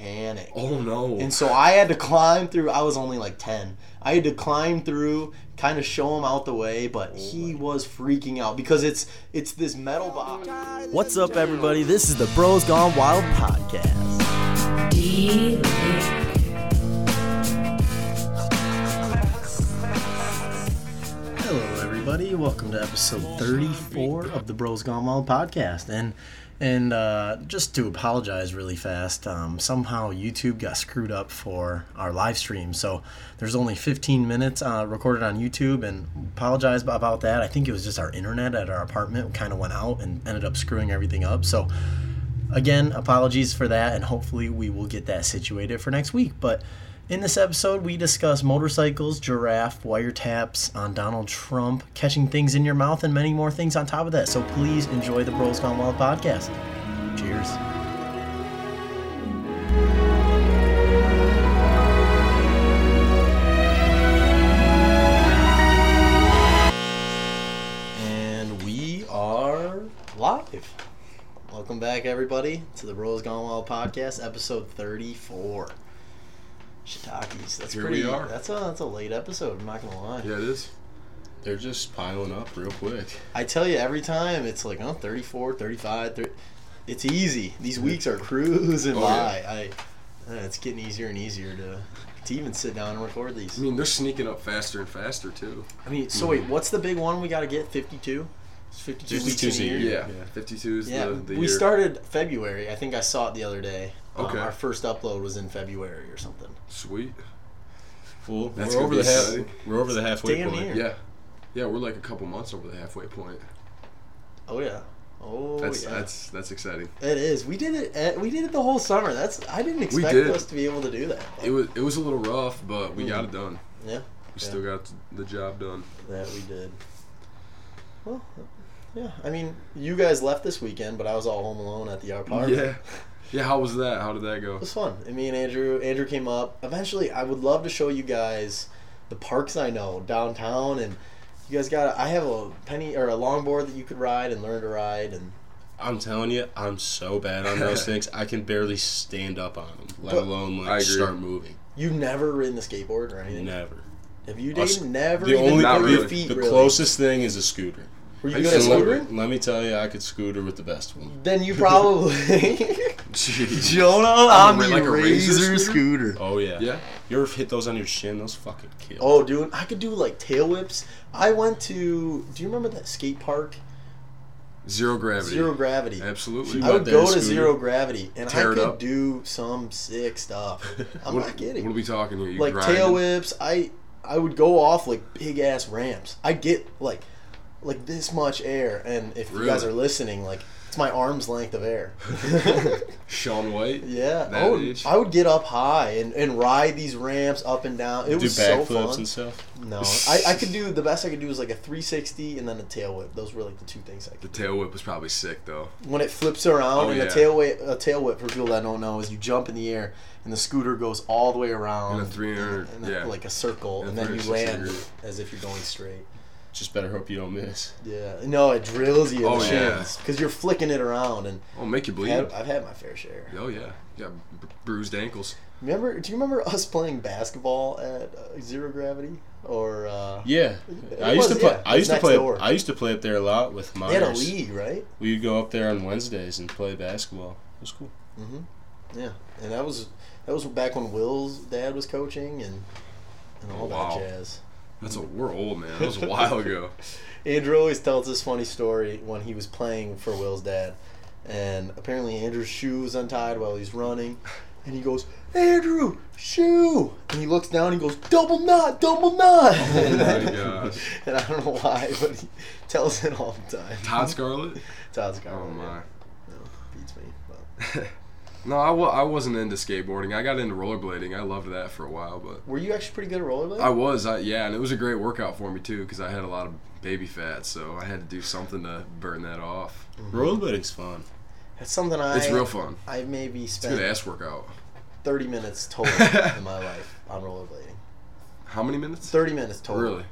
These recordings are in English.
panic. Oh no. And so I had to climb through. I was only like 10. I had to climb through, kind of show him out the way, but Oh he was freaking out because it's it's this metal box. What's up everybody? This is the Bros Gone Wild podcast. Hello everybody. Welcome to episode 34 of the Bros Gone Wild podcast. And and uh, just to apologize really fast, um, somehow YouTube got screwed up for our live stream. So there's only 15 minutes uh, recorded on YouTube, and apologize ab- about that. I think it was just our internet at our apartment kind of went out and ended up screwing everything up. So again, apologies for that, and hopefully we will get that situated for next week. But in this episode, we discuss motorcycles, giraffe, wiretaps on Donald Trump, catching things in your mouth, and many more things on top of that. So please enjoy the Bros Gone Wild podcast. Cheers. And we are live. Welcome back, everybody, to the Rose Gone Wild podcast, episode thirty-four. Shiitakes. That's Here pretty. we are. That's a that's a late episode. I'm not gonna lie. Yeah, it is. They're just piling up real quick. I tell you, every time it's like, oh, 34, 35, 30. It's easy. These weeks are cruising Oh, by. I, uh, it's getting easier and easier to to even sit down and record I these. mean, they're sneaking up faster and faster too. I mean, Mhm. so wait, what's the big one we got to get? 52. It's 52 weeks in a year. Yeah, 52 is Yeah, the, the we year. started February. I think I saw it the other day. Um, Okay. our first upload was in February or something. Sweet. Well, That's we're gonna over be the half, exciting. we're over the halfway Damn point. near. Yeah. Yeah, we're like a couple months over the halfway point. Oh yeah. Oh That's yeah. that's that's exciting. it is. We did it. eh, We did it the whole summer. That's I didn't expect did. us to be able to do that. It was it was a little rough, but we got it Mm-hmm. done. yeah. We still got the job done. That we did. Well, yeah. I mean, you guys left this weekend, but I was all home alone at the apartment. Yeah. Yeah, how was that? How did that go? It was fun. And me and Andrew, Andrew came up. Eventually, I would love to show you guys the parks I know downtown, and you guys got. I have a penny or a longboard that you could ride and learn to ride, and I'm telling you, I'm so bad on those things. I can barely stand up on them, let But- alone I like agree. start moving. you've never ridden the skateboard or anything. Never. Have you, Us- Dave? Never. The even only put Not the- your really. feet the really. closest thing is a scooter. Were you I good at used to love scootering? Let me tell you, I could scooter with the best one. Then you probably. Jeez. Jonah on the razor scooter. Oh yeah. Yeah. You ever hit those on your shin? Those fucking kill. Oh, dude, I could do like tail whips. I went to. Do you remember that skate park? Zero gravity. Zero gravity. Absolutely. I would there, go to scooter. zero gravity, and I Tear it could up. do some sick stuff. I'm what, not kidding. What are we talking here? You like grinding? tail whips, I I would go off like big ass ramps. I get like like this much air, and if you guys Really? are listening, like it's my arm's length of air. Sean White. yeah, I That would, age? I would get up high and, and ride these ramps up and down. It Do was so backflips fun. and stuff. No, I, I could do the best I could do is like a 360 and then a tail whip. Those were like the two things I The could. tail whip was probably sick though. When it flips around Oh, and yeah. a tail whip, a tail whip for people that don't know is you jump in the air and the scooter goes all the way around In a 300 in a- yeah. Um, like a circle, In a and then you 360 land degree. as if you're going straight. Just better hope you don't miss. Yeah, no, it drills you in Oh, the yeah. shins because you're flicking it around, and Oh, make you bleed. I've, I've had my fair share. Oh yeah, yeah, br- bruised ankles. Remember? Do you remember us playing basketball at uh, zero gravity or? Uh, Yeah. It I used was, to play. yeah. It I was used to next play. door. I used to play up there a lot with They had a Myers. league, right? We'd go up there on Wednesdays and play basketball. It was cool. Yeah, and that was that was back when Will's dad was coaching and and all Wow. that jazz. That's a Mm. we're old man. That was a while ago. Andrew always tells this funny story when he was playing for Will's dad, and apparently Andrew's shoe was untied while he's running, and he goes, "Andrew, shoe!" And he looks down and he goes, "Double knot, double knot!" Oh my gosh, and I don't know why, but he tells it all the time. Todd Scarlett. Todd's got Oh one, my. yeah. no, beats me. But. No, I w- I wasn't into skateboarding. I got into rollerblading. I loved that for a while, but Were you actually pretty good at rollerblading? I was, I, yeah, and it was a great workout for me too because I had a lot of baby fat, so I had to do something to burn that off. Rollerblading's fun. That's something I. It's real fun. I maybe It's a spent good ass workout. 30 minutes total in my life on rollerblading. How many minutes? 30 minutes total. Really?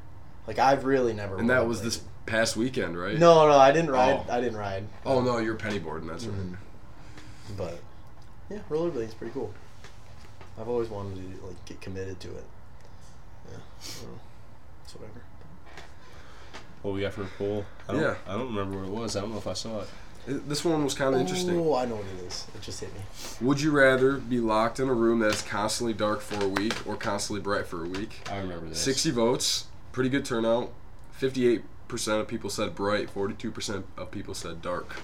Like I've really never. And that was rollerbladed. this past weekend, right? No, no, I didn't ride. Oh. I didn't ride. Mm-hmm. Oh no, you're penny boarding. That's right. But yeah, rollerblading's pretty cool. I've always wanted to like get committed to it. Yeah, I don't know. it's whatever. What we got for a pool? I don't, Yeah. I don't remember what it was. I don't know if I saw it. It- This one was kind of interesting. Oh, I know what it is. It just hit me. Would you rather be locked in a room that's constantly dark for a week or constantly bright for a week? I remember this. 60 votes, pretty good turnout. 58% of people said bright, 42% of people said dark.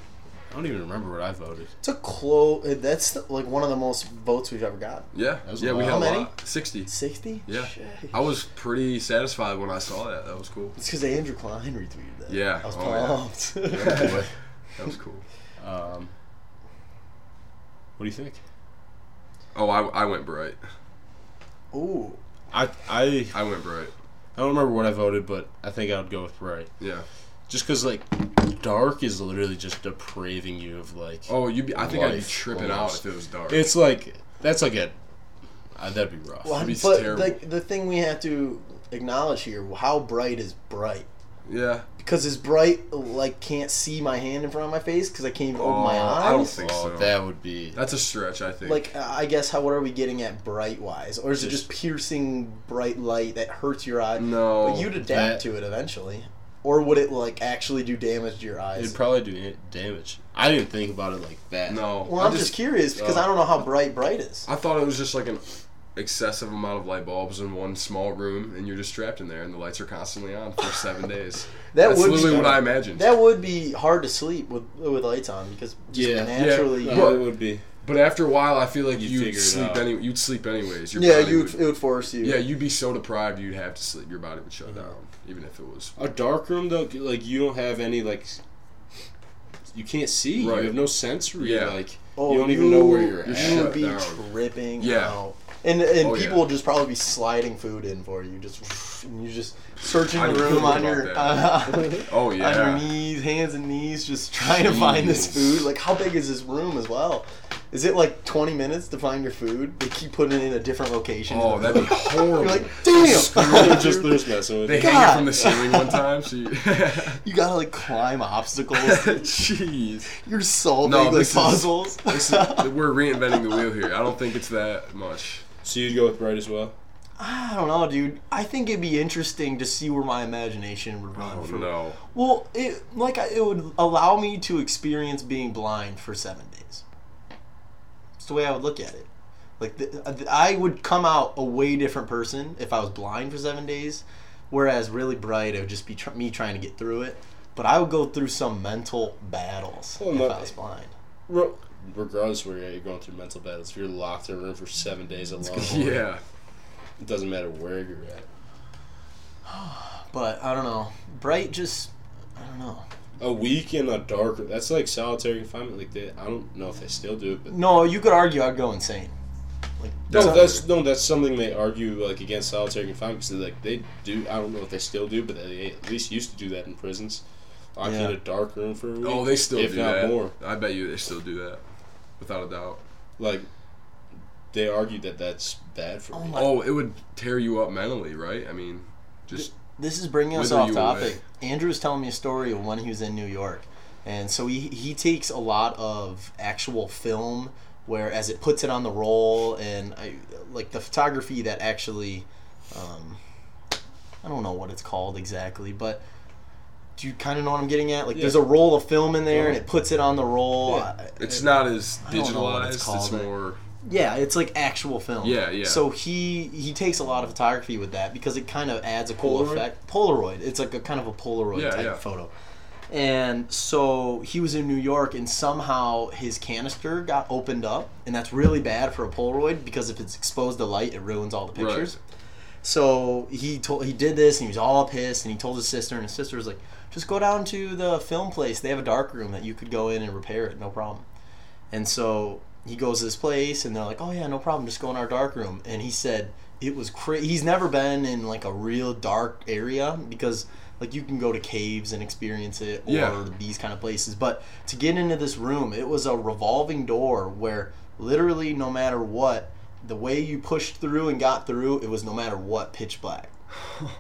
I don't even remember what I voted. It's a close. That's the, like one of the most votes we've ever got. Yeah, That was yeah, we a had a lot. How many? lot. 60. Sixty. Yeah. I was pretty satisfied when I saw that. That was cool. It's because Andrew Klein retweeted that. Yeah, I was oh, yeah. pumped. Yeah. That was cool. um, what do you think? Oh, I, I went bright. Ooh, I, I I went bright. I don't remember what I voted, but I think I would go with bright. Yeah. Just because like dark is literally just depraving you of like. Oh, you. would I think I'd be Life, tripping almost. out if it was dark. It's like that's like a uh, that'd be rough. well, be but terrible. like the thing we have to acknowledge here: how bright is bright? yeah. Because is bright like can't see my hand in front of my face because I can't even open my Oh, eyes. I don't think oh, so. that would be. That's a stretch, I think. like I guess how what are we getting at bright wise, or is it just piercing bright light that hurts your eye? No. but you'd adapt that- to it eventually, or would it like actually do damage to your eyes? It'd probably do i- damage. I didn't think about it like that. no. well, I'm just, curious because Oh. I don't know how bright bright is. I thought it was just like an excessive amount of light bulbs in one small room, and you're just trapped in there, and the lights are constantly on for seven days. That That's would literally be, what I imagined. That would be hard to sleep with with lights on because just Yeah. naturally. Yeah. Yeah. Well, it would be. but after a while, I feel like You you'd figure it sleep out. any. You'd sleep anyways. Your body you would- would, it Mm-hmm. would force you. yeah, you'd be so deprived, you'd have to sleep. Your body would shut down, even if it was. A dark room though, c- like you don't have any like. s- You can't see. Right. You have no sensory. Yeah. Like Oh, you don't even know where you're you're at. You would shut be down. tripping Yeah. out. And, and Oh, people yeah. would just probably be sliding food in for you, just and you just searching I the didn't room think on about your that. on Oh yeah. your knees, hands and knees, just trying to find this Jeez. food. Like, how big is this room as well? Is it like 20 minutes to find your food? They keep putting it in a different location. Oh, that'd be horrible. You're like, damn! just there's not so they much. hang it God. from the ceiling one time. So you You gotta like climb obstacles. Jeez. You're solving No, like this is- puzzles. This is- we're reinventing the wheel here. I don't think it's that much. So you'd go with bright as well. I don't know, dude. I think it'd be interesting to see where my imagination would run. Oh from. no. Well, it like I- it would allow me to experience being blind for seven days. It's the way I would look at it. Like the, uh, the- I would come out a way different person if I was blind for seven days, whereas really bright it would just be tr- me trying to get through it. But I would go through some mental battles Well, if no- I was blind. Re- Regardless where you're at, you're going through mental battles. If you're locked in a room for seven days alone, Yeah. it doesn't matter where you're at. But I don't know. Bright just I don't know. A week in a dark that's like solitary confinement. Like that, I don't know if they still do it, but No, you could argue I'd go insane. Like no, that's no, that's something they argue like against solitary confinement because like they do. I don't know if they still do, but they at least used to do that in prisons. Locked Yeah. in a dark room for a week. Oh, they still if do not that. more. I bet you they still do that, without a doubt. Like they argued that that's bad for Oh me. my- Like- Oh, it would tear you up mentally, right? I mean, just This is bringing us Wither off you topic. away. Andrew was telling me a story of when he was in New York, and so he he takes a lot of actual film, whereas it puts it on the roll, and I like the photography that actually, um, I don't know what it's called exactly, but. Do you kind of know what I'm getting at? Like, Yeah. there's a roll of film in there, and it puts it on the roll. Yeah. I- it's not as don't know what digitalized. it's It's, called, but- more. yeah, it's like actual film. Yeah, yeah. So he he takes a lot of photography with that because it kind of adds a cool Polaroid? effect. Polaroid. It's like a kind of a Polaroid Yeah, type yeah. photo. And so he was in New York, and somehow his canister got opened up, and that's really bad for a Polaroid because if it's exposed to light, it ruins all the Right. pictures. So he told he did this, and he was all pissed, and he told his sister, and his sister was like, "Just go down to the film place. They have a dark room that you could go in and repair it, no problem." And so he goes to this place, and they're like, "Oh yeah, no problem. Just go in our dark room." And he said it was crazy. He's never been in like a real dark area because like you can go to caves and experience it or Yeah. these kind of places, but to get into this room, it was a revolving door where literally no matter what, the way you pushed through and got through, it was no matter what pitch black.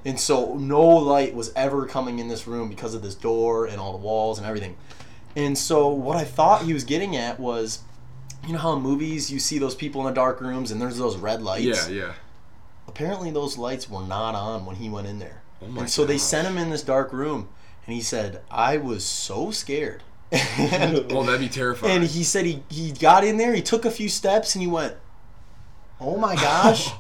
And so no light was ever coming in this room because of this door and all the walls and everything. And so what I thought he was getting at was you know how in movies you see those people in the dark rooms and there's those red lights. Yeah, yeah. Apparently those lights were not on when he went in there. Oh my and so they gosh. sent him in this dark room and he said, I was so scared. and, Well, Oh, that'd be terrifying. and he said he, he got in there, he took a few steps and he went, Oh my gosh.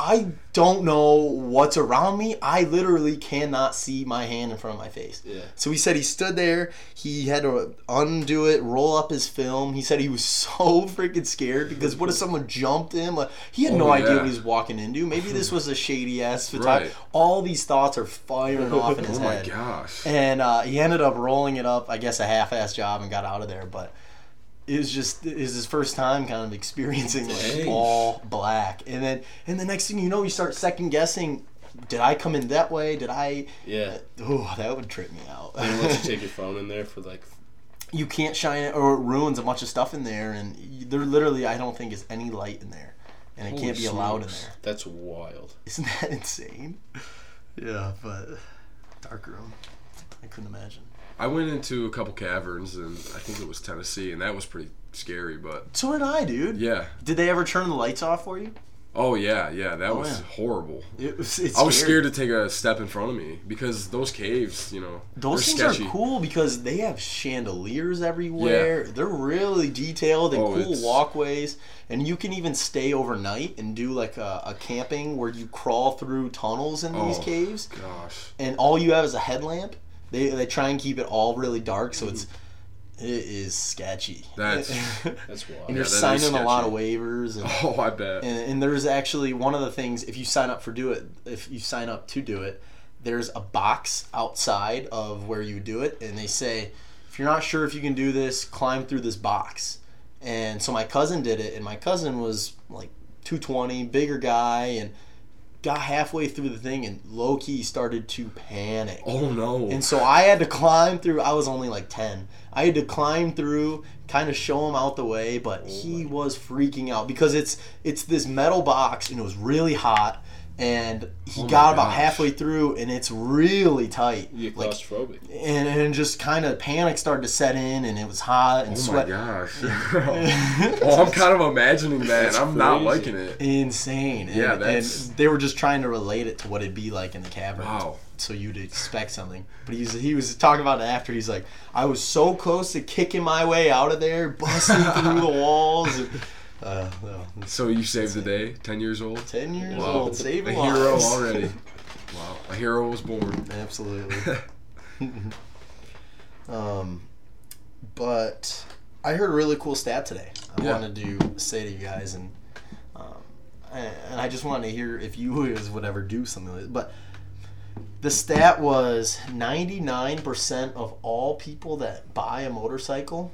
I don't know what's around me. I literally cannot see my hand in front of my face. Yeah. So he said he stood there. He had to undo it, roll up his film. He said he was so freaking scared because what if someone jumped him? Like he had no Oh, idea yeah. what he was walking into. Maybe this was a shady ass photographer. Right. All these thoughts are firing off in his oh my head. gosh. And uh, he ended up rolling it up, I guess, a half-ass job and got out of there. But it was just it was his first time kind of experiencing like Dang. all black. And then and the next thing you know, you start second guessing. Did I come in that way? Did I? Yeah. Oh, that would trip me out. They don't let you take your phone in there for like. you can't shine it or it ruins a bunch of stuff in there and y- there literally i don't think is any light in there and it can't be allowed in smokes. there That's wild. isn't that insane yeah but dark room i couldn't imagine I went into a couple caverns, and I think it was Tennessee, and that was pretty scary. But so did i dude yeah, did they ever turn the lights off for you oh yeah, yeah, that was yeah. horrible. it was it's I was scared to take a step in front of me because those caves, you know, those they're things sketchy. are cool because they have chandeliers everywhere. They're really detailed and Oh, cool it's- walkways, and you can even stay overnight and do like a, a camping where you crawl through tunnels in these Oh. caves. Gosh, and all you have is a headlamp. They they try and keep it all really dark, so it's it is sketchy. Mm-hmm. That's- and That's wild. you're that is signing a lot of sketchy. waivers, and, oh I bet. and and there's actually one of the things if you sign up for do it, if you sign up to do it, there's a box outside of where you do it, and they say if you're not sure if you can do this, climb through this box. And so my cousin did it, and my cousin was like 220, bigger guy, and got halfway through the thing and low key started to panic. oh no. And so I had to climb through. I was only like 10. I had to climb through, kind of show him out the way, but Oh he was freaking out because it's it's this metal box and it was really hot and he Oh my got about gosh. halfway through and it's really tight. You're like claustrophobic. and, and just kind of panic started to set in and it was hot and Oh sweat. my gosh. oh, I'm kind of imagining that. and That's I'm not crazy. liking it. Insane. And, Yeah, and that's- they were just trying to relate it to what it'd be like in the cavern. Wow. so you'd expect something. But he's he was talking about it after. He's like, I was so close to kicking my way out of there, busting through the walls. And, uh, no, it's So you saved the day. Ten years old. ten years Wow. old, saving A hero lives. already. Wow, a hero was born. Absolutely. um, but I heard a really cool stat today. I Yeah. wanted to say to you guys, and um, and I just wanted to hear if you guys would ever do something like this. But the stat was ninety nine percent of all people that buy a motorcycle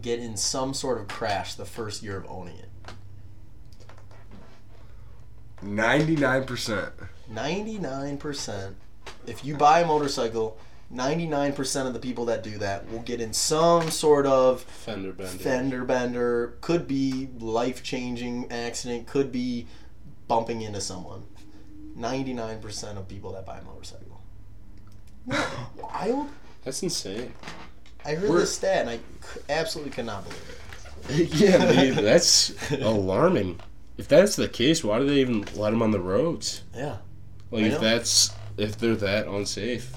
get in some sort of crash the first year of owning it. 99%. 99% if you buy a motorcycle 99% of the people that do that will get in some sort of Fender bender. fender bender could be life-changing accident could be bumping into someone 99% of people that buy a motorcycle Isn't that wild That's insane. i heard We're- this stat and i c- absolutely could not believe it yeah, dude, that's alarming. If that's the case, why do they even let them on the roads? yeah Like, I if know. that's if they're that unsafe.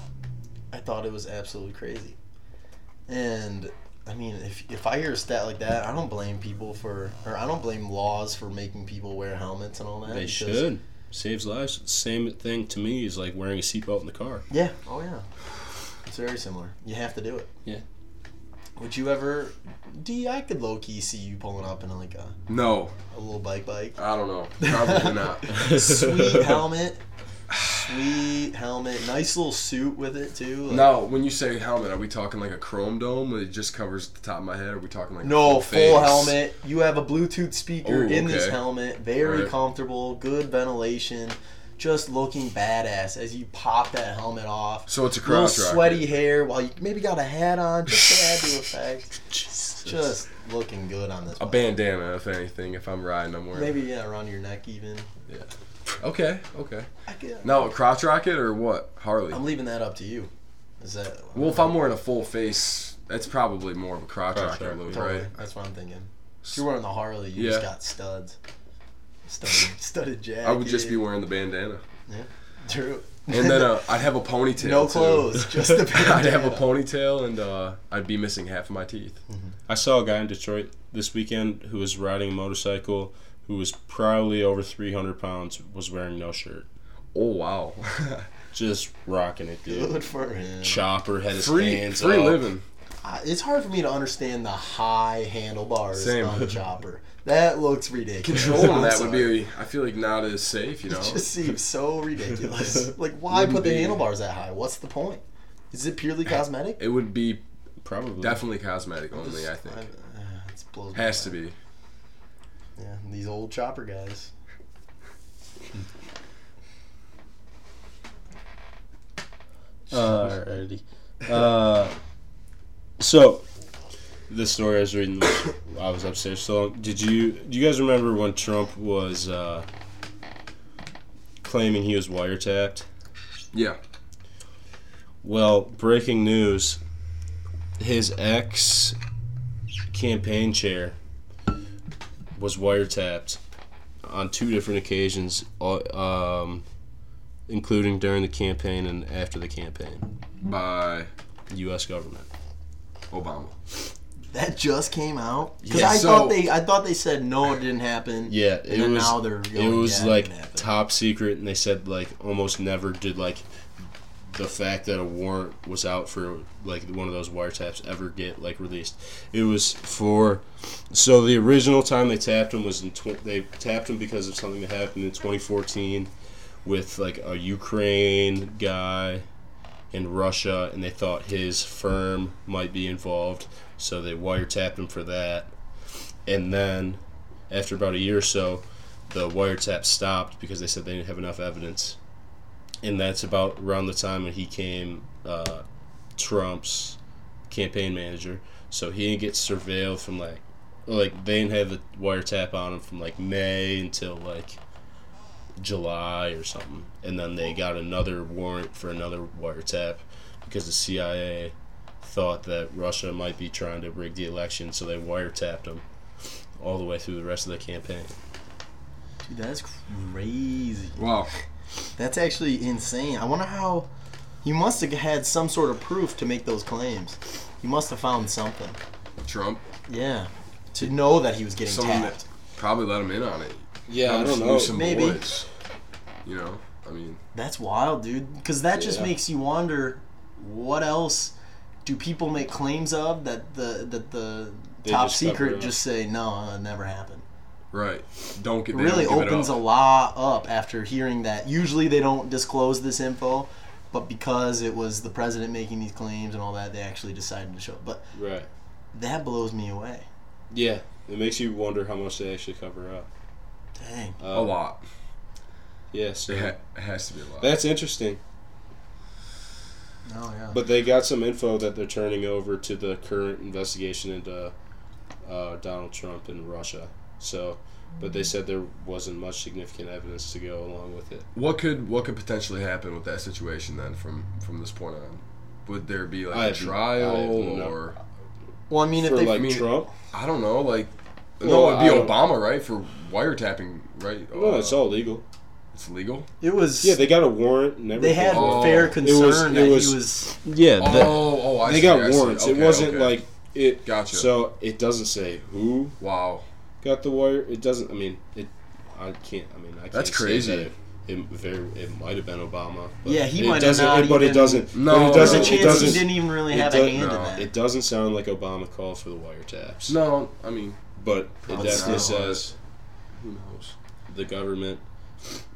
I thought it was absolutely crazy. And I mean, if if I hear a stat like that, I don't blame people for, or I don't blame laws for making people wear helmets and all that. They because- should. Saves lives. Same thing to me is like wearing a seatbelt in the car. Yeah. Oh yeah. It's very similar. You have to do it. Yeah. Would you ever? D, I could low key see you pulling up in like a, No, a little bike bike. I don't know. Probably not. Sweet helmet. Sweet helmet. Nice little suit with it too. like- Now, when you say helmet, are we talking like a chrome dome where it just covers the top of my head? Are we talking like No, full face? helmet. You have a Bluetooth speaker Ooh, in this okay. helmet. Very Alright. comfortable, good ventilation. Just looking badass as you pop that helmet off. So it's a Little cross rocket. sweaty hair while you maybe got a hat on just to add to effect. Just looking good on this. A bike. bandana, if anything, if I'm riding, I'm wearing. Maybe yeah, around your neck even. Okay, okay. I get, Now, a crotch rocket or what? Harley. I'm leaving that up to you. Is that well, if I'm wearing a full face That's probably more of a crotch Crotch rocket rocket, loop, Totally. right? That's what I'm thinking. If you're wearing the Harley, you Yeah. just got studs. Studded, studded jacket. I would just be wearing the bandana, True. and then uh, I'd have a ponytail. no too. clothes, just the I'd have a bandana. ponytail, and uh, I'd be missing half of my teeth. I saw a guy in Detroit this weekend who was riding a motorcycle who was probably over 300 pounds, was wearing no shirt. Oh wow, Just rocking it, dude. Good for him. Chopper had his free hands free up. living. I- It's hard for me to understand the high handlebars Same. on a chopper. That looks ridiculous. Controlling I'm that would sorry. be, I feel like, not as safe. You know, It just seems so ridiculous. Like, why Wouldn't put the be. handlebars that high? What's the point? Is it purely cosmetic? it would be Probably. definitely cosmetic only. I think uh, it blows my has to mind. be. Yeah, these old chopper guys. Alrighty. Uh, so, this story I was reading, was, I was upstairs so long. Did you, do you guys remember when Trump was uh, claiming he was wiretapped? Yeah. Well, breaking news his ex campaign chair was wiretapped on two different occasions, uh, um, including during the campaign and after the campaign. by U.S. government. Obama. That just came out because Yeah, I so- thought they I thought they said no, it didn't happen. Yeah, and it then was. now they're it going, was yeah, like didn't happen. top secret, and they said like almost never did like the fact that a warrant was out for like one of those wiretaps ever get like released. It was for so the original time they tapped him was in tw- they tapped him because of something that happened in 2014 with like a Ukraine guy in Russia, and they thought his firm might be involved, so they wiretapped him for that, and then after about a year or so, the wiretap stopped because they said they didn't have enough evidence. And that's about around the time when he came uh, Trump's campaign manager. So he didn't get surveilled from like, like they didn't have the wiretap on him from like May until like July or something. And then they got another warrant for another wiretap because the CIA thought that Russia might be trying to rig the election, so they wiretapped him all the way through the rest of the campaign. Dude, that's crazy. Wow. That's actually insane. I wonder how you must have had some sort of proof to make those claims. You must have found something. Trump Yeah, to know that he was getting Someone tapped. probably let him in on it. Yeah, I Let him don't lose know. Some Maybe. boys. You know, I mean, That's wild, dude. Because that just Yeah. makes you wonder what else do people make claims of that the that the They top just cover it secret up. just say no, it never happened. right? Don't get It they really don't give opens it a up. lot up after hearing that. Usually they don't disclose this info, but because it was the president making these claims and all that, they actually decided to show. it. But Right. that blows me away. Yeah, it makes you wonder how much they actually cover up. Dang. Uh, a lot. Yeah, It so ha- it has to be a lot. that's interesting. Oh yeah. But they got some info that they're turning over to the current investigation into uh, Donald Trump and Russia. So, but they said there wasn't much significant evidence to go along with it. what could what could potentially happen with that situation then from from this point on? Would there be I like a have- I have trial no- or well, I mean, if For they like I mean- Trump, I don't know, like Well, no, it'd be I don't- Obama, right, for wiretapping, right? no, Uh, it's all legal. it's legal. it was Yeah, they got a warrant and they everything. had Oh. fair It was- concern it that was- he was yeah, Oh, oh, I they see, got I see. warrants. Okay, it wasn't okay. like it. Gotcha. So it doesn't say who wow. got the wire. It doesn't. I mean, it. I can't. I mean, I can't. That's say crazy. that It, it very. It might have been Obama. But Yeah, he it might have doesn't, not But even- it doesn't. No, but it there's a doesn't. chance It he he doesn't. didn't even really it have a does- hand in no, that. It doesn't sound like Obama called for the wiretaps. No, I mean, but it Probably definitely not. says who knows? the government.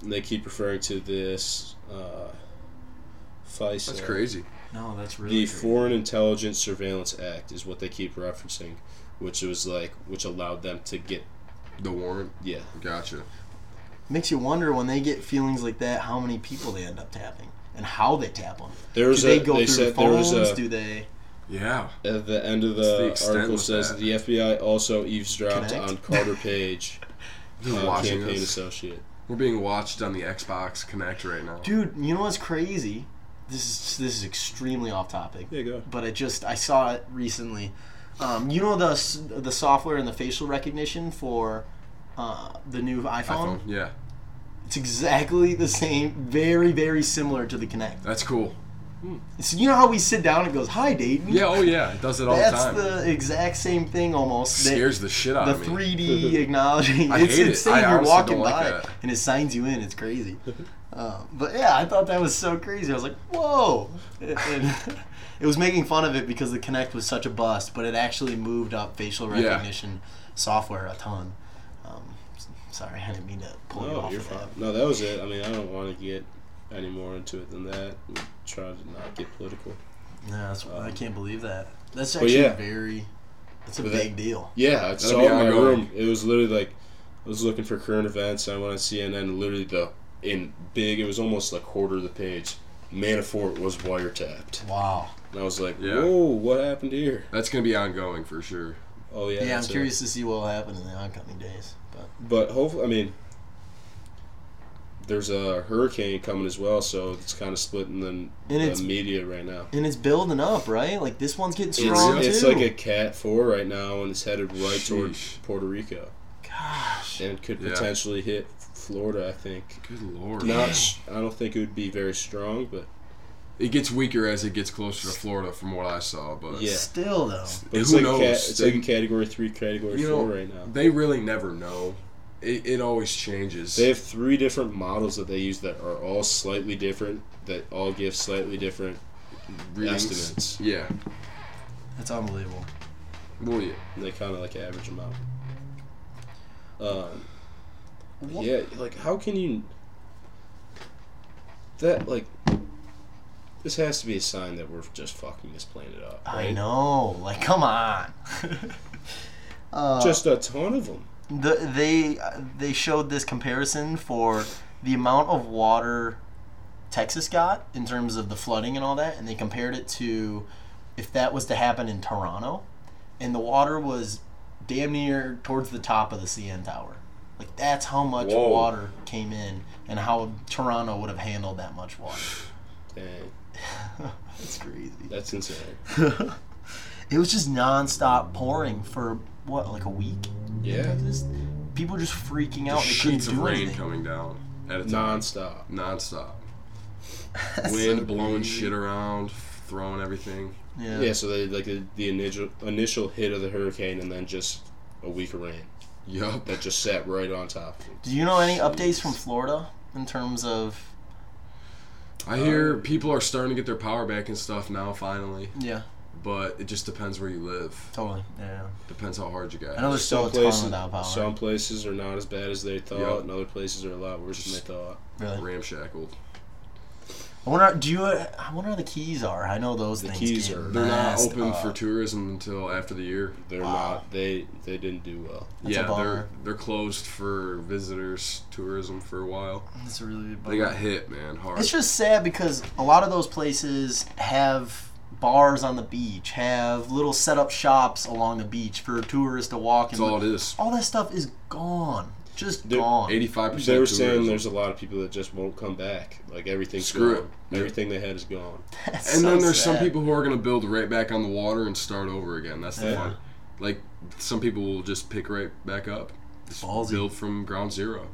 And they keep referring to this. Uh, FISA. That's crazy. no, that's really The crazy. Foreign Intelligence Surveillance Act is what they keep referencing, which was like, which allowed them to get. The warrant. Yeah. Gotcha. makes you wonder when they get feelings like that, how many people they end up tapping and how they tap them. There Do was they a. go they through said there was phones? a. Do they? Yeah. At the end of It's the the, extent article with says that. the FBI also eavesdropped Connect? on Carter Page, You're uh, watching campaign us. associate. We're being watched on the Xbox Connect right now. Dude, you know what's crazy? this is this is extremely off topic. Yeah, go. But I just I saw it recently. Um, you know the s- the software and the facial recognition for uh, the new iPhone? iPhone. Yeah, It's exactly the same, very very similar to the Kinect. that's cool. So you know how we sit down and it goes, "Hi, Dayton." Yeah, oh yeah, it does it all That's the time. the exact same thing almost. that- Scares the shit out the of me. 3D acknowledging. I it's hate it. insane. I You're honestly walking don't like by that. and it signs you in. It's crazy. Uh, but yeah, I thought that was so crazy. I was like, whoa. And- and it was making fun of it because the Kinect was such a bust, but it actually moved up facial Yeah. recognition software a ton. Um, s- sorry, I didn't mean to pull you No, off Oh, you're of that. fine. No, that was it. I mean, I don't want to get any more into it than that. We try to not get political. No, that's, I can't believe that. That's but actually Um, yeah. very. That's a But that- big deal. Yeah, I saw be it in my ongoing. room. It was literally like I was looking for current events. And I went on CNN. Literally the in big. It was almost like quarter of the page. Manafort was wiretapped, Wow. and I was like, Yeah. "Whoa, what happened here?" That's gonna be ongoing for sure. Oh yeah, Yeah, I'm that's it. curious to see what will happen in the oncoming days. But But hopefully, I mean, there's a hurricane coming as well, so it's kind of splitting the, And the it's- media right now. and it's building up, right? Like this one's getting strong It's, it's too. like a cat four right now, and it's headed right toward Sheesh. Puerto Rico, Gosh. and could Yeah. potentially hit Florida. I think. Good lord. Not, s- I don't think it would be very strong, but It gets weaker as it gets closer to Florida, from what I saw. But Yeah. Still though. but it's Who like knows? Cat, it's like a They- category three, category You four know- right now. they really never know. It, it always changes. They have three different models that they use that are all slightly different, that all give slightly different Readings. estimates. Yeah. That's unbelievable. Well, yeah. and they kind of like average them out. Um, yeah, like how can you? That like, this has to be a sign that we're just fucking this planet up. I right? know. Like, come on. uh, Just a ton of them. the, they they showed this comparison for the amount of water Texas got in terms of the flooding and all that, and they compared it to if that was to happen in Toronto, and the water was damn near towards the top of the CN Tower. Like that's how much Whoa. water came in, and how Toronto would have handled that much water. Dang, that's crazy. that's insane. It was just nonstop pouring for what, like a week? Yeah, Just- people just freaking out. Just They couldn't sheets of do rain anything. coming down at a time, nonstop. nonstop. That's Wind so blowing crazy. shit around, throwing everything. Yeah. Yeah, so they like the, the initial initial hit of the hurricane, and then just a week of rain Yup. that just sat right on top. of it. Do you know any updates from Jeez. Florida in terms of? I hear people are starting to get their power back and stuff now, finally. Yeah, But it just depends where you live. totally. Yeah. Depends how hard you got. I know there's still Some a ton places, without power. some places are not as bad as they thought, Yep. and other places are a lot worse than they thought. really. ramshackled. I wonder. Do you? I wonder how the keys are. I know those The things. keys get are- They're not messed open for up. tourism until after the year. They're Wow. not. They they didn't do well. That's a yeah, bummer. they're they're closed for visitors tourism for a while. That's a really big They bummer. got hit, man, hard. It's just sad because a lot of those places have bars on the beach, have little set up shops along the beach for tourists to walk and That's all it is. all that stuff is gone. Just They're- gone. Eighty-five percent. They were saying there's a lot of people that just won't come back. Like everything's Screw gone. it. Yeah. Everything they had is gone. That's and so then there's some sad. people who are gonna build right back on the water and start over again. That's the Yeah. fun. Like some people will just pick right back up, just Ballsy. Hmm. build from ground zero.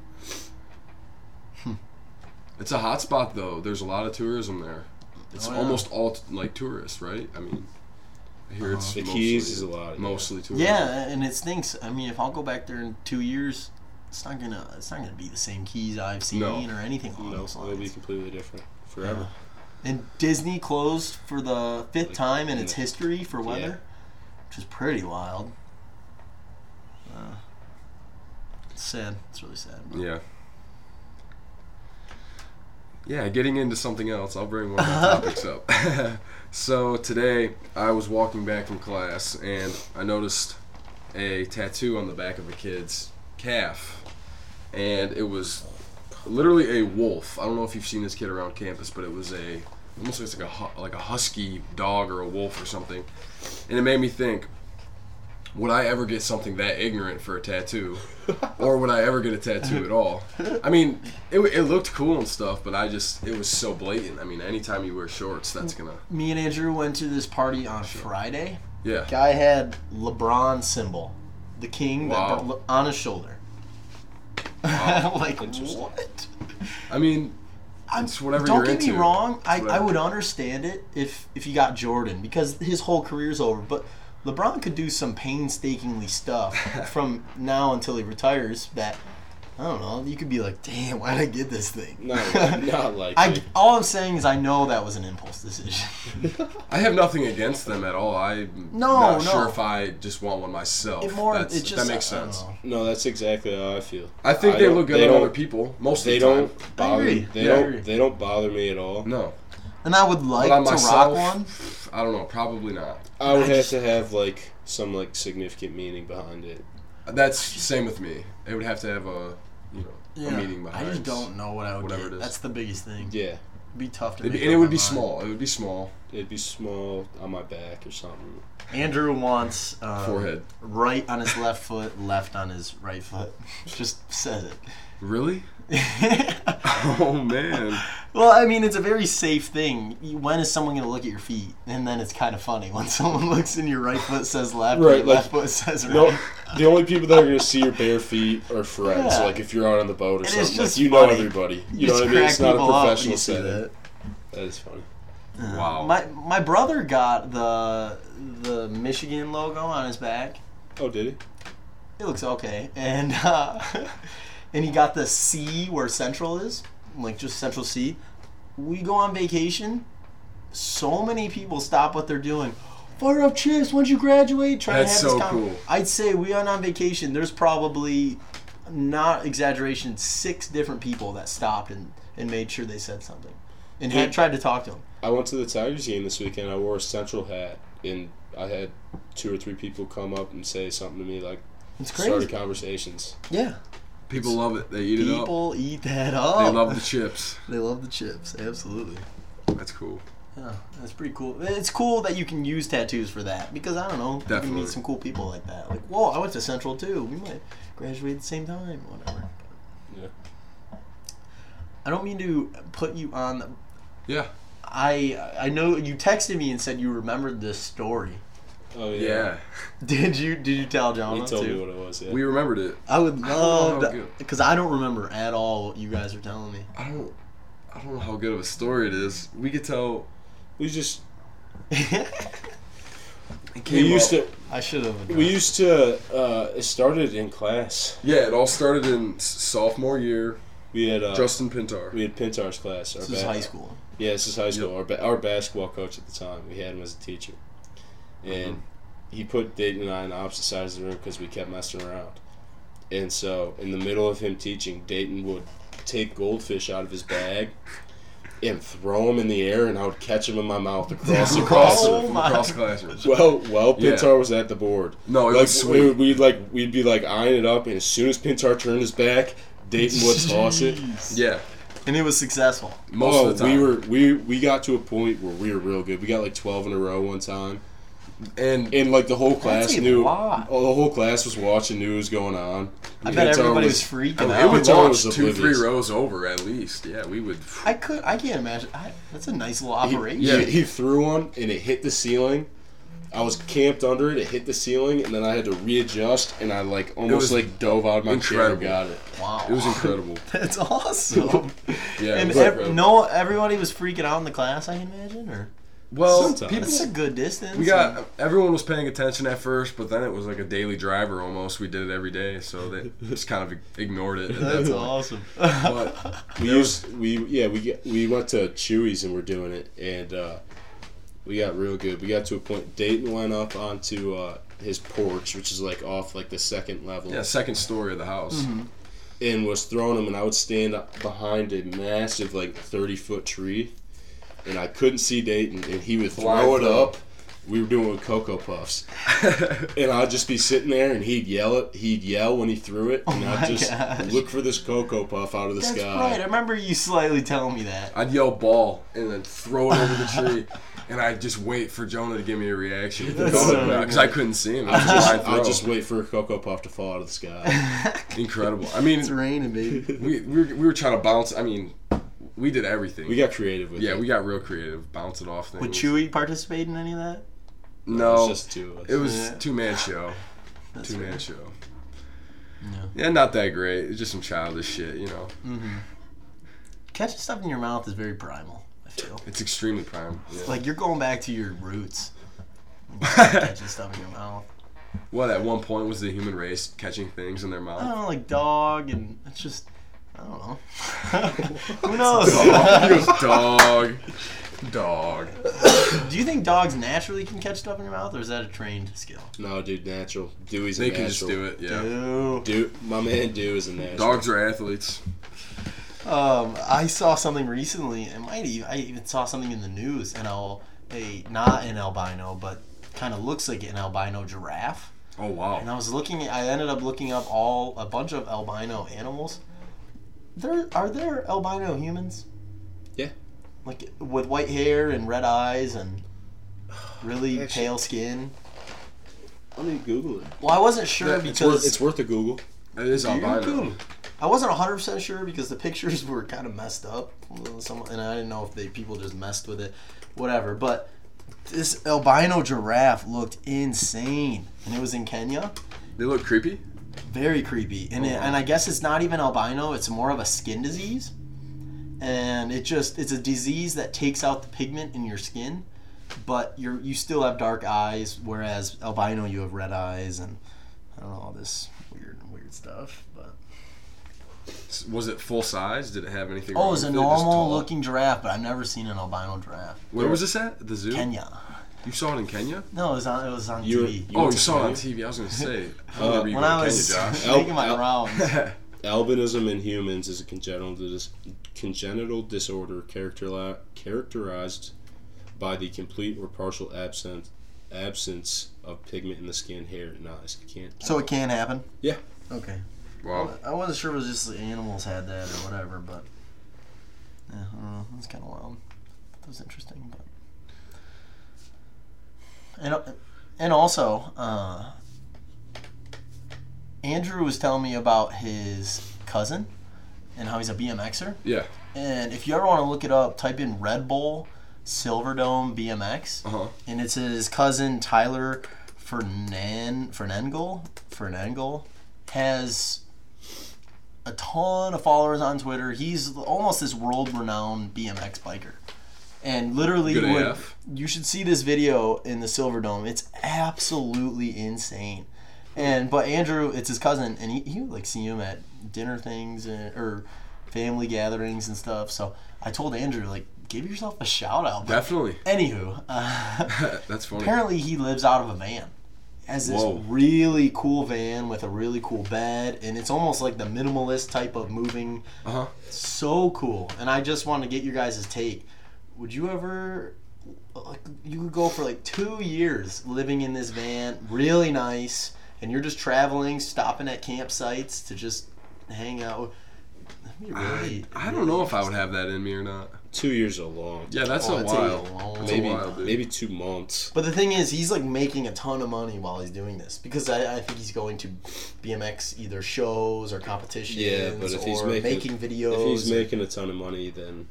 it's a hot spot though. There's a lot of tourism there. It's Oh, yeah. almost all t- like tourists, right? I mean, I hear it's The mostly, Keys is a lot. yeah. mostly tourism. Uh-huh. Yeah, and it stinks. I mean, if I'll go back there in two years, it's not gonna it's not gonna be the same keys I've seen No. or anything along No, those they'll be lines. completely different forever. And Disney closed for the fifth time in its Yeah. history for weather, which is pretty wild. Uh, it's sad. It's really sad. Yeah. Yeah, getting into something else, I'll bring one of my topics up. so today I was walking back from class and I noticed a tattoo on the back of a kid's calf. And it was literally a wolf. I don't know if you've seen this kid around campus, but it was a almost looks like a hu- like a husky dog or a wolf or something. And it made me think would I ever get something that ignorant for a tattoo, or would I ever get a tattoo at all? I mean, it, it looked cool and stuff, but I just it was so blatant. I mean, anytime you wear shorts, that's gonna Me and Andrew went to this party on Friday. yeah. Guy had LeBron symbol, the king that Wow. bur- on his shoulder. like Interesting. what? I mean, I'm, It's whatever don't you're get me into. wrong. I, I whatever. would understand it if if you got Jordan because his whole career's over. But LeBron could do some painstakingly stuff from now until he retires. That I don't know. You could be like, damn, why did I get this thing? No, not like I all I'm saying is I know that was an impulse decision. I have nothing against them at all. I'm No, not no. sure if I just want one myself. It more That's- it just uh, that makes I don't sense. know. No, that's exactly how I feel. I think I they don't- look good they on don't- other people most They of the time. don't bother. agree. They Yeah, I agree. don't. They don't bother me at all. No, And I would like but on to myself, rock one. I don't know. Probably not. I would I have just- to have like some like significant meaning behind it. That's same with me. It would have to have a you know a meeting I behind. just don't know what I would whatever get. it is. That's the biggest thing. Yeah, It'd be tough to It'd make be- and up it would my be mind. small. It would be small. it'd be small on my back or something. Andrew wants um, Forehead. right on his left foot, left on his right foot. Just says Really? it. Oh man. well, I mean, it's a very safe thing. You- When is someone going to look at your feet? And then it's kind of funny when someone looks and your right foot says left, your Right, like- left foot says right. No, the only people that are gonna see your bare feet are friends. Yeah. Like if you're out on the boat or is something, just like you funny. know everybody. You, know just what I mean? crack It's not a people up when you professional see setting. that. that is funny. Wow. My my brother got the the Michigan logo on his back. Oh, did he? It looks okay, and uh, and he got the C where Central is, like just Central C. We go on vacation. So many people stop what they're doing. Fire up chips. Once you graduate, try That's to have so this con-" cool. I'd say we went on vacation. There's probably, not exaggeration, six different people that stopped and, and made sure they said something, and had Yeah. tried to talk to him. I went to the Tigers game this weekend. I wore a central hat, and I had two or three people come up and say something to me, like It's crazy. started conversations. Yeah, People love it. They eat it up. people eat that up. They love the chips. they love the chips. Absolutely. That's cool. Yeah, that's pretty cool. It's cool that you can use tattoos for that because I don't know, you can Definitely. meet some cool people like that. Like, whoa, I went to Central too. We might graduate at the same time, whatever. Yeah. I don't mean to put you on. The, Yeah. I I know you texted me and said you remembered this story. Oh yeah. Yeah. Did you Did you tell He John told me too? what it was. Yeah. We remembered it. I would I don't love know how to, good- because I don't remember at all what you guys are telling me. I don't. I don't know how good of a story it is. We could tell. we just It we came used up- to I should have. we used to uh, it started in class. Yeah, it all started in s- sophomore year. We had uh, Justin Pintar. we had Pintar's class. Our This was ba- high school. Yeah, this is high school. Our, ba- our basketball coach at the time, we had him as a teacher, Mm-hmm. and he put Dayton and I on opposite sides of the room because we kept messing around. And so, in the middle of him teaching, Dayton would take goldfish out of his bag and throw them in the air, and I would catch them in my mouth across the Across, Oh classroom. from my across classrooms. Well, well, Yeah. Pintar was at the board. No, it like, was We, sweet. we'd like we'd be like eyeing it up, and as soon as Pintar turned his back, Dayton would toss it. Jeez. Yeah, and it was successful. most oh, of the time. we were we we got to a point where we were real good. We got like twelve in a row one time, and and like the whole class That's a knew. lot. Oh, the whole class was watching knew what was going on. I bet everybody was I freaking mean, out. it would Pintar launch was two, three oblivious. rows over at least. Yeah, we would. I could. I can't imagine. I, that's a nice little operation. He, Yeah. he threw one and it hit the ceiling. I was camped under it. It hit the ceiling, and then I had to readjust, and I like almost was like dove out of my chair and incredible. got it. Wow. It was incredible. that's awesome. Yeah. and it was- ev- bro. no, everybody was freaking out in the class. I can imagine. Or well, Sometimes. people. that's a good distance. We got everyone was paying attention at first, but then it was like a daily driver almost. We did it every day, so they just kind of ignored it. At that That's time. awesome. But We There used we yeah we get- we went to Chewy's and we're doing it and uh, we got real good. We got to a point. Dayton went up onto uh, his porch, which is like off like the second level, yeah, second story of the house. and was throwing them. And I would stand up behind a massive like thirty foot tree, and I couldn't see Dayton, and he would throw Blind it throw. up. We were doing it with cocoa puffs, and I'd just be sitting there, and he'd yell it. He'd yell when he threw it, and Oh my I'd just gosh. look for this cocoa puff out of the that's sky. right. I remember you slightly telling me that. I'd yell ball and then throw it over the tree. and I just wait for Jonah to give me a reaction That's so because I couldn't see him. It was just, high I'll throw. just wait for a cocoa puff to fall out of the sky. incredible. I mean, It's raining, baby. we, we, were, we were trying to bounce. I mean, we did everything. We got creative with yeah, it. we got real creative, bouncing off things. Would Chewy participate in any of that? No, It was just two of us. It was Yeah. two man show. That's two man right. show. Yeah. Yeah, not that great. It's just some childish shit, you know. Catching stuff in your mouth is very primal. I feel It's extremely prime. Yeah. like you're going back to your roots. when you start catching stuff in your mouth. What at one point was the human race catching things in their mouth? I don't know, like dog, and it's just I don't know. Who knows? Dog. He goes, dog, dog. Do you think dogs naturally can catch stuff in your mouth, or is that a trained skill? No, dude, natural. Dewey's a They natural. can just do it. Yeah. Ew. Dude, my man Dew is a natural. Dogs are athletes. Um, I saw something recently. It might even I even saw something in the news. An al a not an albino, but kind of looks like an albino giraffe. Oh And wow. I was looking. I ended up looking up all a bunch of albino animals. There are there albino humans. Yeah. Like with white hair and red eyes and really Actually- pale skin. Let me Google it. Well, I wasn't sure That- because It's worth, it's worth a Google. It is albino. I wasn't 100% sure because the pictures were kind of messed up. Some, and I didn't know if they people just messed with it. Whatever. But this albino giraffe looked insane. And it was in Kenya. They look creepy. Very creepy. And, it, and I guess it's not even albino, it's more of a skin disease. And it just, it's a disease that takes out the pigment in your skin. But you're, you still have dark eyes, whereas albino, you have red eyes and I don't know, all this weird, weird stuff. But. S- Was it full size? Did it have anything? Oh, wrong it's a with it? Just normal tall? looking giraffe, but I've never seen an albino giraffe. Where was this at? The zoo. Kenya. You saw it in Kenya? No, it was on. It was on You- TV. you- oh, you went to saw it on Kenya? TV. I was gonna say. I Uh, remember you when went I to was Kenya, Josh. making my Nope. rounds, Albinism in humans is a congenital, dis- congenital disorder characteri- characterized by the complete or partial absence absence of pigment in the skin, hair, and eyes. I can't. so it can happen. Yeah. Okay. wow. I wasn't sure it was just the animals had that or whatever, but yeah, I don't know. That's kind of wild. That was interesting, but and and also, uh, Andrew was telling me about his cousin and how he's a BMXer. Yeah. And if you ever want to look it up, type in Red Bull Silverdome BMX, Uh huh. and it's his cousin Tyler Fernan Fernengel Fernengel has a ton of followers on Twitter. He's almost this world-renowned BMX biker, and literally Good would- AF. you should see this video in the Silverdome. It's absolutely insane. And but Andrew, it's his cousin, and he, he would like see him at dinner things and, or family gatherings and stuff. So I told Andrew like, give yourself a shout out. But Definitely. anywho, uh, That's funny. apparently he lives out of a van. Has this Whoa. really cool van with a really cool bed, and it's almost like the minimalist type of moving Uh huh. so cool and i just want to get your guys' take would you ever like you could go for like two years living in this van really nice and you're just traveling stopping at campsites to just hang out That'd be really, I don't know if I would have that in me or not. Two years alone. Yeah, that's Oh, a it's a while. long- It's a Maybe while, dude. maybe two months. but the thing is he's like making a ton of money while he's doing this because i, I think he's going to bmx either shows or competitions Yeah, but if he's or making, videos if he's making a ton of money, then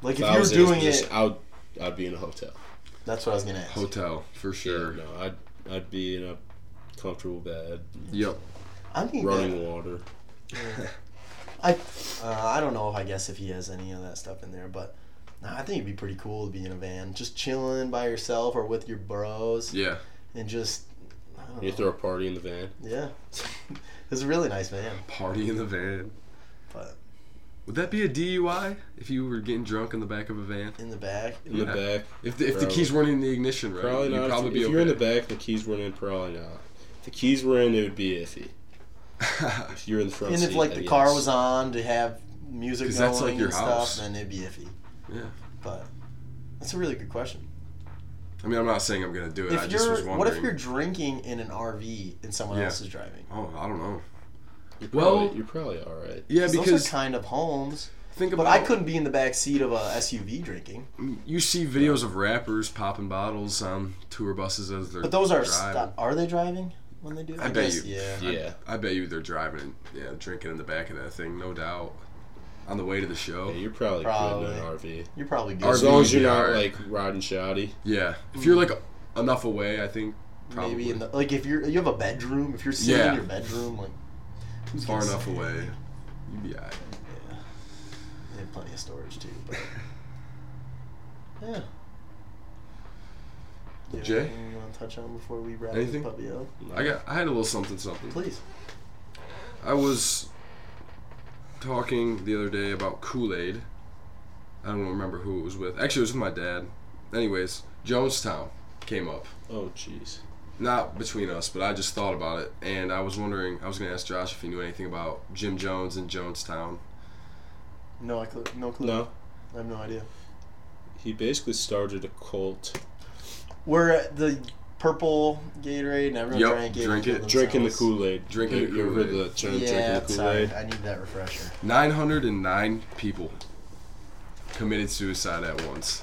like I was if in you're his doing position, it I'd I'd be in a hotel. that's what i was gonna ask Hotel for sure. Yeah, no, I'd I'd be in a comfortable bed, Yep. i'm thinking that- running water. I uh, I don't know if I guess if he has any of that stuff in there, but nah, I think it'd be pretty cool to be in a van, just chilling by yourself or with your bros, Yeah. and just I don't You know. throw a party in the van. yeah. it's a really nice van, Party in the van. but Would that be a DUI if you were getting drunk in the back of a van? in the back, In the Yeah. back, If the, if the Probably. keys weren't in the ignition, right? Probably You'd not. probably if be if you're in the okay. back, the keys weren't in. Probably not. If the keys were in, it would be iffy. If you're in the front and seat, if like then the car yes. was on to have music 'Cause going that's like your and house. stuff, then it'd be iffy. Yeah. but that's a really good question. I mean, I'm not saying I'm gonna do it. I If just was you're, wondering. what if you're drinking in an RV and someone Yeah. else is driving? Oh, I don't know. You're Well- probably, you're probably all right. Yeah, those because are kind of homes. Think But about I couldn't be in the back seat of a SUV drinking. You see videos of rappers popping bottles on tour buses as they're But those are driving. st- are they driving when they do? I bet you. Yeah. Yeah. I bet you they're driving, yeah, drinking in the back of that thing, no doubt. On the way to the show, Yeah, you're probably, Probably. good in an RV. You're probably good. Or As RV long as would you're be not alright. like riding shoddy. yeah. If you're like enough away, I think probably Maybe in the like if you're you have a bedroom if you're sitting Yeah. in your bedroom like who's far gonna enough say away, anything? you'd be alright. Yeah. They have plenty of storage too. But yeah. You have Jay? anything you want to touch on before we wrap Anything? this puppy up? I got. I had a little something, something. Please. I was talking the other day about Kool Aid. I don't remember who it was with. Actually, it was with my dad. Anyways, Jonestown came up. Oh jeez. Not between us, but I just thought about it, and I was wondering. I was gonna ask Josh if he knew anything about Jim Jones and Jonestown. No, I cl- no clue. No, I have no idea. he basically started a cult. We're at the purple Gatorade and everyone Yep, drank it. drink and it. killed Drinking the themselves. Kool Aid. Drinking the You heard Kool-Aid. the term Yeah, drinking the Kool sorry. Aid. I need that refresher. 909 people committed suicide at once.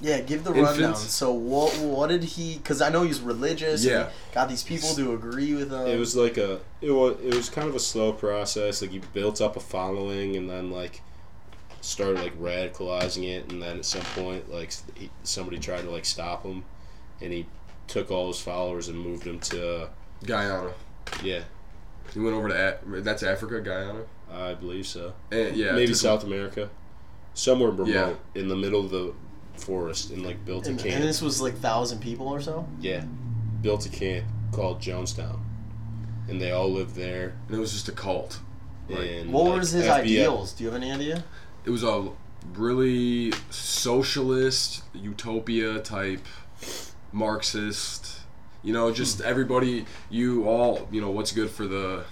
Yeah, give the Infants. rundown. So what? What did he? Because I know he's religious. and Yeah. he got these people to agree with him. It was like a it was it was kind of a slow process. Like you built up a following and then like started like radicalizing it, and then at some point like s- he, somebody tried to like stop him, and he took all his followers and moved them to uh, Guyana. yeah, He went over to A- that's Africa, Guyana. I believe so. And, yeah, Maybe took- South America, somewhere remote Yeah. in the middle of the forest, and like built a and, camp. and this was like thousand people or so. yeah, built a camp called Jonestown, and they all lived there. and it was just a cult. Mm, Like, and What like, was his FBI ideals? Do you have any idea? It was a really socialist, utopia type, Marxist. You know, just Hmm. everybody, you all, you know, what's good for the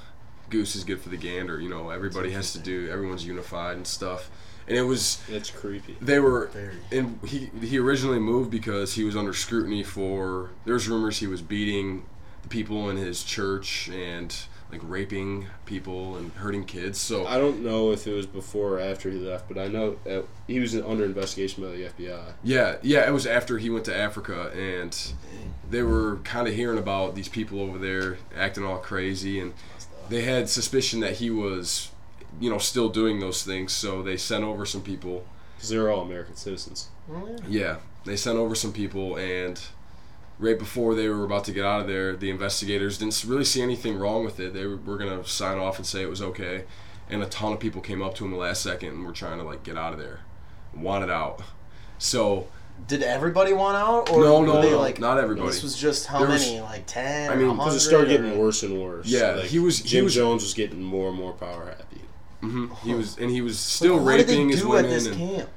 goose is good for the gander. You know, everybody has to do, everyone's unified and stuff. And it was, That's creepy. they were Very. and he he originally moved because he was under scrutiny for there's rumors he was beating the people in his church and like raping people and hurting kids so I don't know if it was before or after he left, but I know uh he was under investigation by the FBI. yeah yeah it was after he went to africa and they were kind of hearing about these people over there acting all crazy and they had suspicion that he was you know still doing those things so they sent over some people Because they were all American citizens. Yeah, they sent over some people, and right before they were about to get out of there, the investigators didn't really see anything wrong with it. They were, were gonna sign off and say it was okay, and a ton of people came up to him the last second and were trying to like get out of there, wanted out. So Did everybody want out, or No, were no, they no, like not everybody. This was just how There was- many, like ten. I mean, 'cause Because it 100, started or- getting worse and worse. Yeah, he was- he Jim was- Jones was getting more and more power happy. mhm, he was, and he was still What did raping they his do women at this and camp?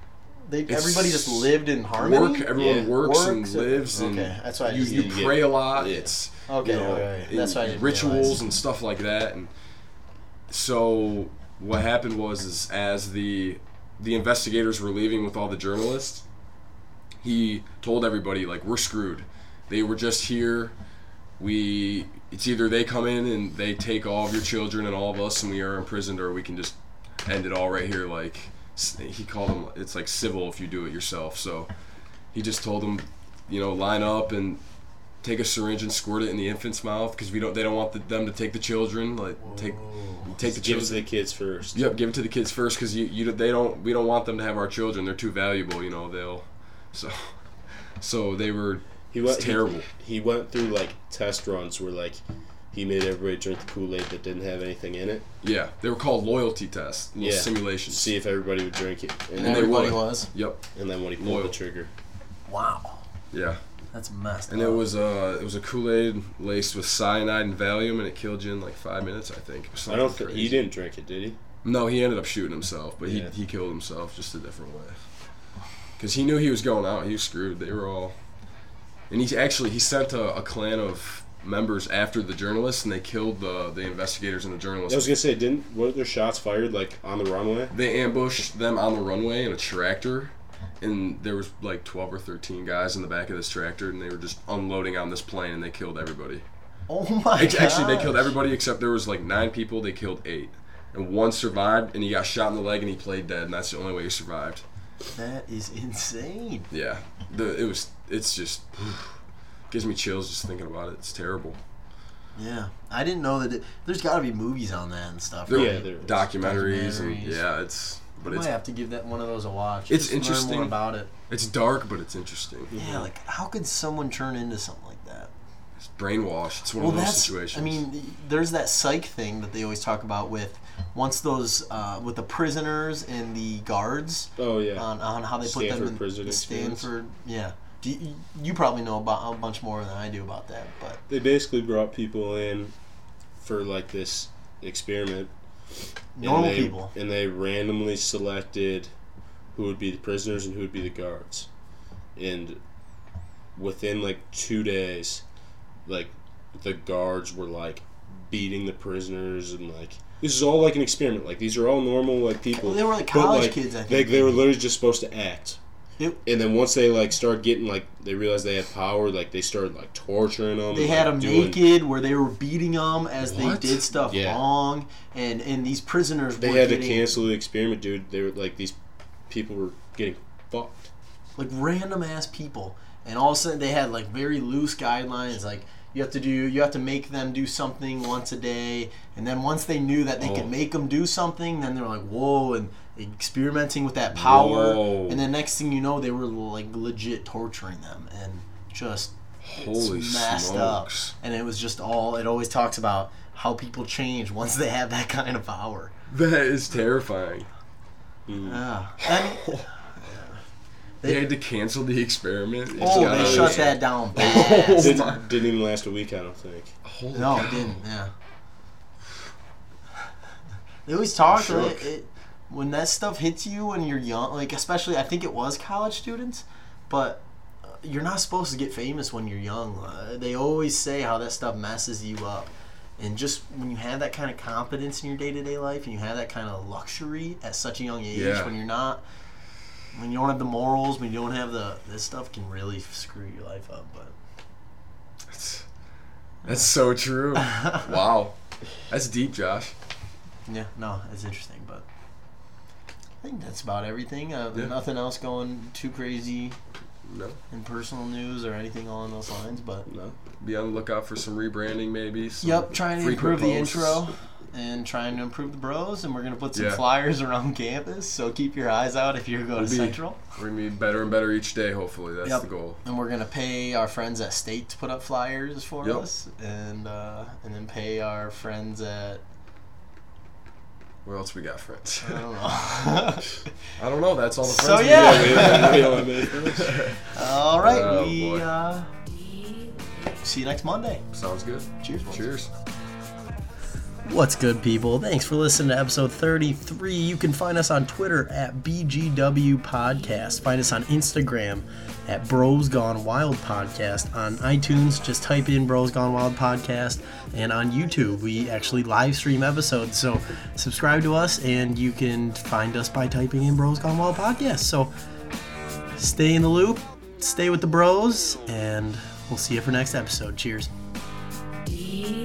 They, It's everybody just lived in harmony. work. Everyone Yeah. works, and Works and- lives, and okay, that's what I you, just you didn't get. pray a lot. Yeah. It's Okay, you know, okay, okay. in That's what I didn't rituals realize. and stuff like that. And so what happened was, is as the the investigators were leaving with all the journalists, he told everybody like, "We're screwed. They were just here. We it's either they come in and they take all of your children and all of us, and we are imprisoned, or we can just end it all right here." Like s- he called them, it's like civil if you do it yourself. So he just told them, you know, line up and take a syringe and squirt it in the infant's mouth because we don't they don't want the, them to take the children like take take the Give it to children the kids first. yep give it to the kids first because you, you they don't we don't want them to have our children they're too valuable you know they'll so so they were He it's went, he- terrible He, went through like test runs where like he made everybody drink the Kool Aid that didn't have anything in it. yeah they were called loyalty tests little Yeah. simulations See if everybody would drink it. And, they then, everybody would. was. yep and then when he pulled Loyal. the trigger. Wow, yeah that's messed. and up. it was uh it was a Kool Aid laced with cyanide and Valium and it killed you in like five minutes I think It was I don't something think he crazy. didn't drink it, did he? No, he ended up shooting himself, but Yeah. he, he killed himself just a different way. Because he knew he was going out. He was screwed. They were all. And he's actually, he sent a, a clan of members after the journalists, and they killed the, the investigators and the I was journalists. gonna say, didn't weren't there shots fired like on the runway? They ambushed them on the runway in a tractor, and there was like 12 or 13 guys in the back of this tractor, and they were just unloading on this plane, and they killed everybody. Oh my! Actually, they gosh. killed everybody except there was like nine people. They killed eight. and one survived, and he got shot in the leg, and he played dead, and that's the only way he survived. That is insane. Yeah, the, it was. It's just gives me chills just thinking about it. It's terrible. Yeah, I didn't know that. It, there's got to be movies on that and stuff. There Right? Yeah, were there is. documentaries, and Documentaries. yeah, it's but I might it's have to give that one of those a watch. It's just learn interesting. more about it. it's dark, but it's interesting. Yeah, like how could someone turn into something like that? It's brainwashed. It's one Well, of those that's. situations. I mean, there's that psych thing that they always talk about with once those uh, with the prisoners and the guards Oh yeah. on, on how they put them Stanford in prison the experience. Stanford. Yeah, Do you, you probably know about a bunch more than I do about that, but they basically brought people in for like this experiment. and normal they- people. And they randomly selected who would be the prisoners and who would be the guards. And within like two days, like the guards were like beating the prisoners and like this is all like an experiment. Like these are all normal like people. Well, they were like But, college like, kids, I They, think. they were literally just supposed to act. Yep. And then once they like started getting like they realized they had power, like they started like torturing them. They and, had like, them doing- naked where they were beating them as What? they did stuff Yeah. wrong, and and these prisoners They were had to getting cancel the experiment, dude. They were like these people were getting fucked. like random ass people, and all of a sudden they had like very loose guidelines, like. You have to do. You have to make them do something once a day, and then once they knew that they Oh. could make them do something, then they were like, "Whoa!" and experimenting with that power, Whoa. and then next thing you know, they were like legit torturing them, and just holy it's messed smokes! up. And it was just all it always talks about how people change once they have that kind of power. That is terrifying. Yeah. And, They, They- had to cancel the experiment. It's oh, gotta they be- Oh, shut that down fast. Didn't, didn't even last a week, I don't think. Holy no, it cow. didn't. Yeah. They always talk I'm like shook. it, when that stuff hits you when you're young, like especially I think it was college students, but uh, you're not supposed to get famous when you're young. Uh, they always say how that stuff messes you up. And just when you have that kind of confidence in your day to day life and you have that kind of luxury at such a young age, Yeah. when you're not, when you don't have the morals, when you don't have the, this stuff can really screw your life up. But That's, that's so true. wow, that's deep, Josh. Yeah, no, it's interesting, but I think that's about everything. Uh, Yeah. Nothing else going too crazy No, in personal news or anything along those lines. But No. be on the lookout for some rebranding, maybe. Some yep, trying to improve frequent the posts. intro and trying to improve the bros, and we're gonna put some Yeah. flyers around campus. So keep your eyes out if you're going to We'll be- Central. We're gonna be better and better each day. Hopefully, that's Yep. the goal. And we're gonna pay our friends at State to put up flyers for Yep. us, and uh, and then pay our friends at Where else we got friends? I don't know. I don't know. That's all the friends. Uh, So, we yeah. got. We don't- we don't have anything. All right, Oh, we boy. uh, see you next Monday. Sounds good. Cheers, boys. Cheers. What's good, people? Thanks for listening to episode 33. You can find us on Twitter at BGW Podcast. Find us on Instagram at Bros Gone Wild Podcast. On iTunes, just type in Bros Gone Wild Podcast. And on YouTube, we actually live stream episodes. So subscribe to us, and you can find us by typing in Bros Gone Wild Podcast. So stay in the loop, stay with the bros, and we'll see you for next episode. Cheers. Yeah.